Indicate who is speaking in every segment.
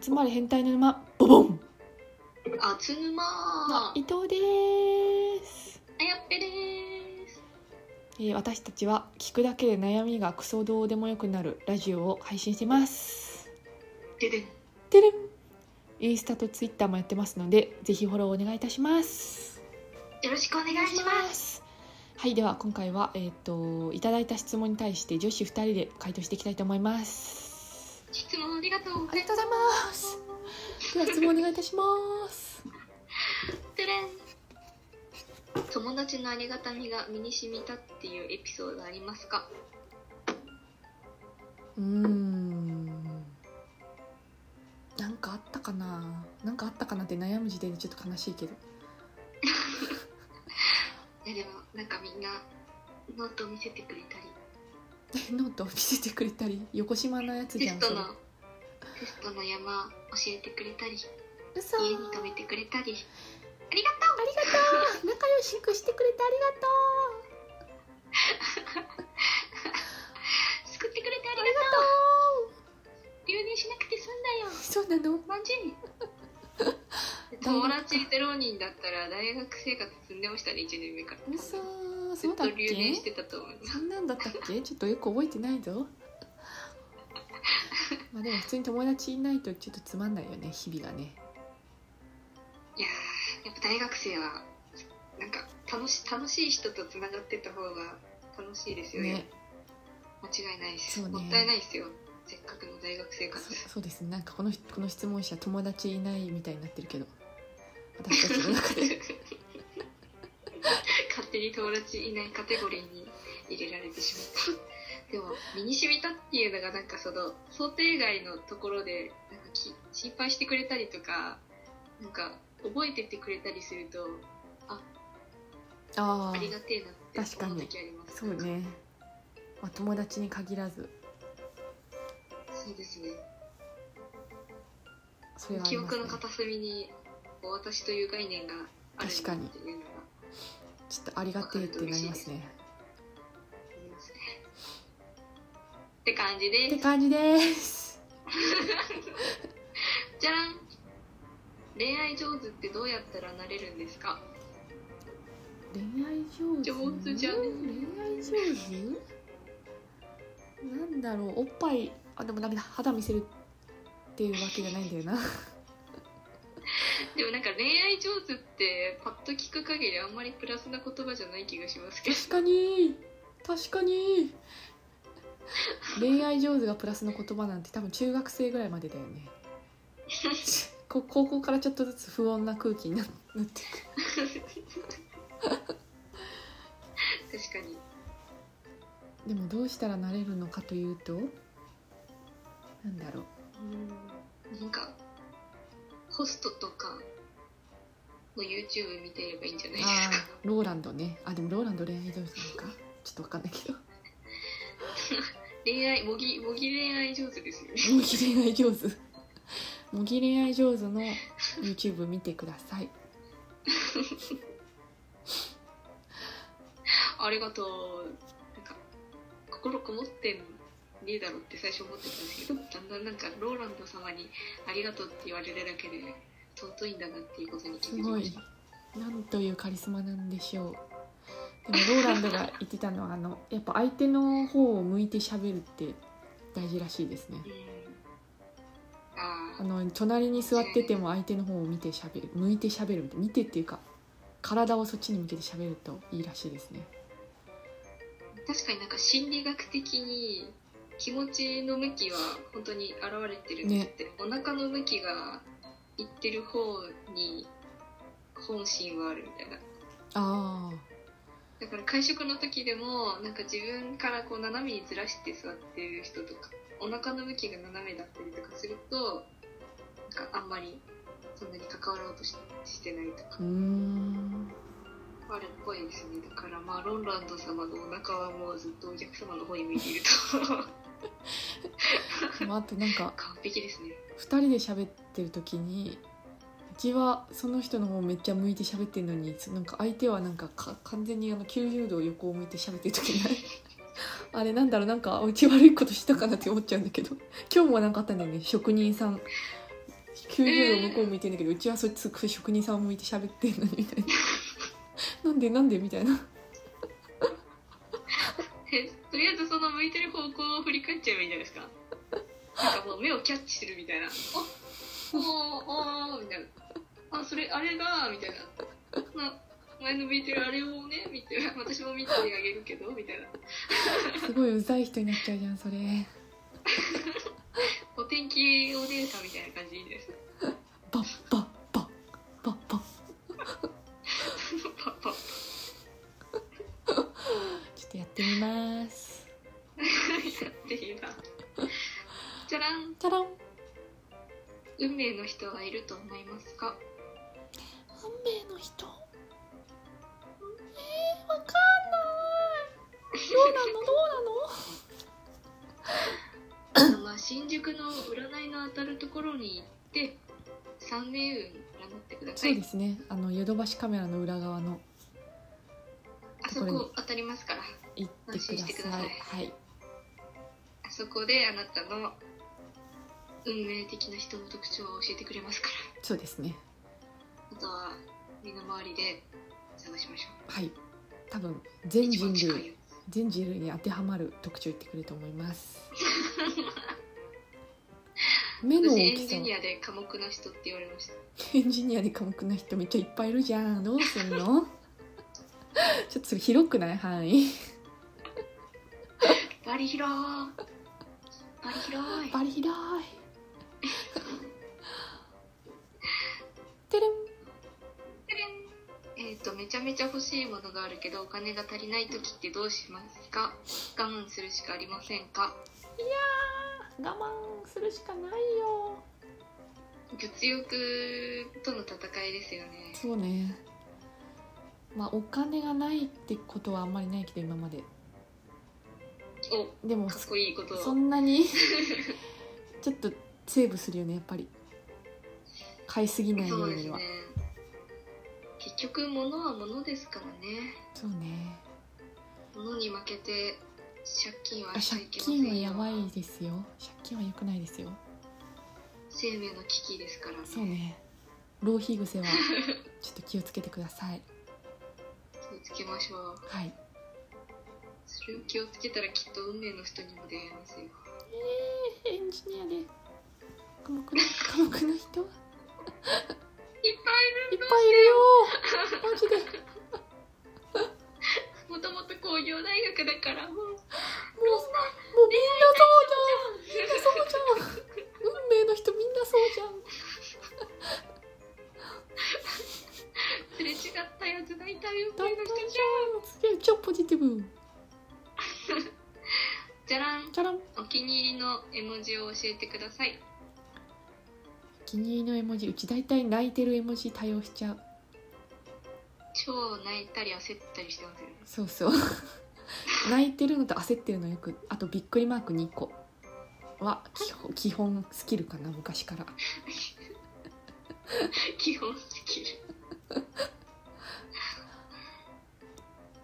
Speaker 1: 集まれ変態の沼ボボン
Speaker 2: あつぬまー
Speaker 1: 伊藤です、
Speaker 2: あやっぺです
Speaker 1: えー私たちは聞くだけで悩みがクソどうでもよくなるラジオを配信してます
Speaker 2: ででん
Speaker 1: てるんインスタとツイッターもやってますのでぜひフォローお願いいたします
Speaker 2: よろしくお願いします
Speaker 1: すはいでは今回はえっ、といただいた質問に対して女子2人で回答していきたいと思います
Speaker 2: 質問ありがとう
Speaker 1: ありがとうございますでは質問お願いいたします
Speaker 2: てれん友達のありがたみが身に染みたっていうエピソードありますか
Speaker 1: うーんなんかあったかななんかあったかなって悩む時点でちょっと悲しいけど
Speaker 2: いやでもなんかみんなノート見せてくれたり
Speaker 1: えノートを見せてくれたり横島のやつ
Speaker 2: テ
Speaker 1: じゃ
Speaker 2: ス
Speaker 1: ん
Speaker 2: トの
Speaker 1: そ
Speaker 2: テストの山教えてくれたり
Speaker 1: れ嘘
Speaker 2: 家に泊めてくれたりありが
Speaker 1: ありがとう仲良しくしてくれてあ
Speaker 2: とう救ってくれてあり
Speaker 1: りが
Speaker 2: がとう
Speaker 1: とう
Speaker 2: 留年しなくて済んだよ
Speaker 1: そうなの
Speaker 2: マジ友達ゼロ人だったら大学生活積んでましたね1年目から
Speaker 1: 嘘
Speaker 2: ずっ
Speaker 1: そうだ
Speaker 2: と
Speaker 1: っ
Speaker 2: 留年して
Speaker 1: け
Speaker 2: たと思います
Speaker 1: そんなんだったっけちょっとよく覚えてない ぞまあでも普通に友達いないとちょっとつまんないよね日々がね
Speaker 2: いやーやっぱ大学生はなんか楽し楽しい人とつながってた方が楽しいですよね
Speaker 1: ね
Speaker 2: 間違いないです、
Speaker 1: そうね
Speaker 2: もったいないですよせっかくの大学生活
Speaker 1: そ そうですねなんかこのこの質問者友達いないみたいになってるけど私たちの中で
Speaker 2: 勝手に友達いないカテゴリーに入れられてしまったでも身に染みたっていうのがなんかその想定外のところでなんかき心配してくれたりとかなんか覚えててくれたりすると
Speaker 1: あ
Speaker 2: あり
Speaker 1: あ
Speaker 2: がてえなって思う時あります
Speaker 1: そうね、まあ、友達に限らず
Speaker 2: そうですね
Speaker 1: それはあ
Speaker 2: 記
Speaker 1: ります、
Speaker 2: 憶
Speaker 1: ね
Speaker 2: の、片隅にこう私という概念があるんだっていうのが
Speaker 1: ちょっとありがてえってなりますね
Speaker 2: ありますねって感じ
Speaker 1: っ
Speaker 2: で
Speaker 1: て
Speaker 2: す
Speaker 1: 感じです
Speaker 2: じゃらん恋愛上手ってどうやったらなれるんですか
Speaker 1: 恋愛上手
Speaker 2: 上手じゃね
Speaker 1: 恋愛上手なんだろうおっぱいあでもダメだ肌見せるっていうわけじゃないんだよな
Speaker 2: でもなんか恋愛上手ってパッと聞く限りあんまりプラスな言葉じゃない気がしますけど
Speaker 1: 確かに確かに恋愛上手がプラスの言葉なんて多分中学生ぐらいまでだよねこ高校からちょっとずつ不穏な空気にななってく
Speaker 2: 確かに
Speaker 1: でもどうしたらなれるのかというとなんだろう
Speaker 2: うんなんかホストとかの YouTube 見てればいいんじゃないです
Speaker 1: あ
Speaker 2: か
Speaker 1: ーローランドねあでもローランド恋愛上手なのかちょっとわかんないけど
Speaker 2: 恋愛模擬模擬恋愛上手ですよね
Speaker 1: 模擬恋愛上手模擬恋愛上手の YouTube 見てください
Speaker 2: ありがとうなんか心こもってねえだろって最初思ってたんですけどだんだんなんかローランド様にありがとうって言われるだけで尊いんだなっていうことに気
Speaker 1: す
Speaker 2: づき
Speaker 1: ご
Speaker 2: ま
Speaker 1: い
Speaker 2: した
Speaker 1: なんというカリスマなんでしょうでもローランドが言ってたのはあのやっぱ相手の方を向いて喋るって大事らしいですね
Speaker 2: うんあ
Speaker 1: あの隣に座ってても相手の方を見て喋る向いて喋るみたい見てっていうか体をそっちに向けて喋るといいらしいですね
Speaker 2: ー確かになんか心理学的に気持ちの向きは本当に現れてるんですって、お腹の向きがいってる方に本心はあるみたいな
Speaker 1: ああ
Speaker 2: だから会食の時でもなんか自分からこう斜めにずらして座ってる人とかお腹の向きが斜めだったりとかするとなんかあんまりそんなに関わろうとししてないとか
Speaker 1: うーん
Speaker 2: あるっぽいですねだからまあロンランド様のお腹はもうずっとお客様の方に向いていると
Speaker 1: でもあとなんか
Speaker 2: 完璧ですね
Speaker 1: 2人で喋ってる時にうちはその人の方めっちゃ向いて喋ってるのになんか相手はなんかか完全にあの90度横を向いて喋ってる時ない あれなんだろうなんかうち悪いことしたかなって思っちゃうんだけど今日もなんかあったんだよね職人さん90度向こう向いてんだけどうちはそっち職人さん向いて喋ってんのに みたいななんでなんでみたいな
Speaker 2: えとりあえずその向いてる方向を振り返っちゃえばいいんじゃないですかなんかもう目をキャッチするみたいな「おおーおー」みたいな「あそれあれが」みたいなな「前の向いてるあれをね」みたいな「私も見てあげるけど」みたいな
Speaker 1: すごいうざい人になっちゃうじゃんそれ
Speaker 2: お天気お姉さんみたいな感じでいいです
Speaker 1: バッバッバッバッバッ
Speaker 2: パパ
Speaker 1: ちょっとやってみます
Speaker 2: やっていいなじゃらん
Speaker 1: チャラン
Speaker 2: 運命の人はいると思いますか
Speaker 1: 運命の人えー、わかんないどうなのどうなの
Speaker 2: あのまあ新宿の占いの当たるところに行って三名運占ってくださ
Speaker 1: そう
Speaker 2: い
Speaker 1: ですねあのヨドバシカメラの裏側の
Speaker 2: あそこ当たりますから
Speaker 1: 行ってくださいはい
Speaker 2: あそこであなたの運命的な人の特徴を教えてくれますか
Speaker 1: そうですね
Speaker 2: らあとは身の回りで探しましょう
Speaker 1: はい多分全人
Speaker 2: 一番近
Speaker 1: 類
Speaker 2: いよ
Speaker 1: 全人類に当てはまる特徴言ってくれると思います 目の
Speaker 2: 私
Speaker 1: 大
Speaker 2: エ
Speaker 1: き
Speaker 2: ン
Speaker 1: さ
Speaker 2: ジ
Speaker 1: は
Speaker 2: ニアで寡黙な人って言われました
Speaker 1: エンジニアで寡黙な人めっちゃいっぱいいるじゃんどうすんの ちょっとそれ広くない範囲
Speaker 2: バリ広ーバリ広い
Speaker 1: バ リひどいてるん
Speaker 2: えっ、とめちゃめちゃ欲しいものがあるけどお金が足りない時ってどうしますか我慢するしかありませんか
Speaker 1: いやー我慢するしかないよ
Speaker 2: 物欲との戦いですよね
Speaker 1: そうねまあお金がないってことはあんまりないけど今まで
Speaker 2: お
Speaker 1: でも
Speaker 2: かっこいいこと
Speaker 1: そ
Speaker 2: を
Speaker 1: んなに ちょっとセーブするよねやっぱり買いすぎないよ
Speaker 2: そううです
Speaker 1: に
Speaker 2: ね
Speaker 1: は
Speaker 2: 結局物は物ですからね
Speaker 1: そうね
Speaker 2: 物に負けて借金は
Speaker 1: あ
Speaker 2: しちゃ
Speaker 1: 借
Speaker 2: いけません
Speaker 1: 金
Speaker 2: よ
Speaker 1: はやばいですよ借金は良くないですよ
Speaker 2: 生命の危機ですからね
Speaker 1: そうね浪費癖 はちょっと気をつけてください
Speaker 2: 気をつけましょう
Speaker 1: はい
Speaker 2: それを気をつけたらきっと運命の人にも出会えますよ
Speaker 1: えー、エンジニアで寡黙な寡黙な人はい
Speaker 2: っぱい
Speaker 1: いっぱいいるよマジで
Speaker 2: いるもともと工業大学だからも う
Speaker 1: もうもうみんなそうじゃんみんなそうじゃん運命の人みんなそうじゃん
Speaker 2: すれ違ったやつ大体運命の人じ
Speaker 1: すげえ超ポジティブ
Speaker 2: ゃんじゃらん
Speaker 1: じゃらん
Speaker 2: お気に入りの絵文字を教えてください
Speaker 1: お気に入りの絵文字うち大体泣いてる絵文字多用しちゃう
Speaker 2: 超泣いたり焦ったりしてますよ ね
Speaker 1: そうそう泣いてるのと焦ってるのよくあとびっくりマーク2個は基本基本スキルかな昔から
Speaker 2: 基本スキル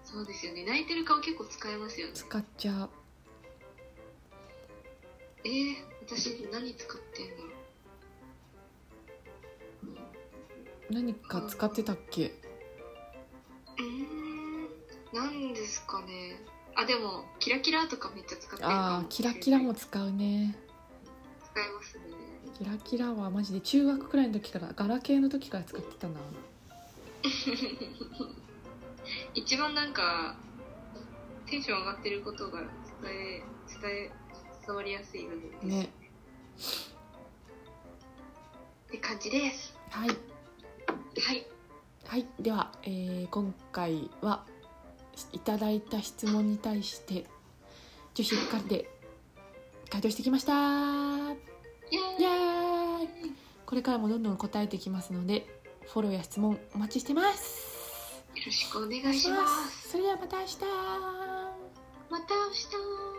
Speaker 2: そうですよね泣いてる顔結構使えますよね
Speaker 1: 使っちゃう
Speaker 2: えー、私何使ってんの
Speaker 1: 何か使ってたっけ
Speaker 2: うーん何ですかねあでもキラキラとかめっちゃ使ってるか
Speaker 1: あーキラキラも使うね
Speaker 2: 使えますね
Speaker 1: キラキラはマジで中学くらいの時からガラケーの時から使ってたな
Speaker 2: 一番なんかテンション上がってることが伝え伝え伝わりやすい部分です
Speaker 1: ね
Speaker 2: って感じです
Speaker 1: はい
Speaker 2: はい
Speaker 1: はい、では、えー今回はいただいた質問に対して女子一貫で回答してきました
Speaker 2: イエーイ
Speaker 1: イエーイこれからもどんどん答えていきますのでフォローや質問お待ちしてます
Speaker 2: よろしくお願いします
Speaker 1: それではまた明日
Speaker 2: また明日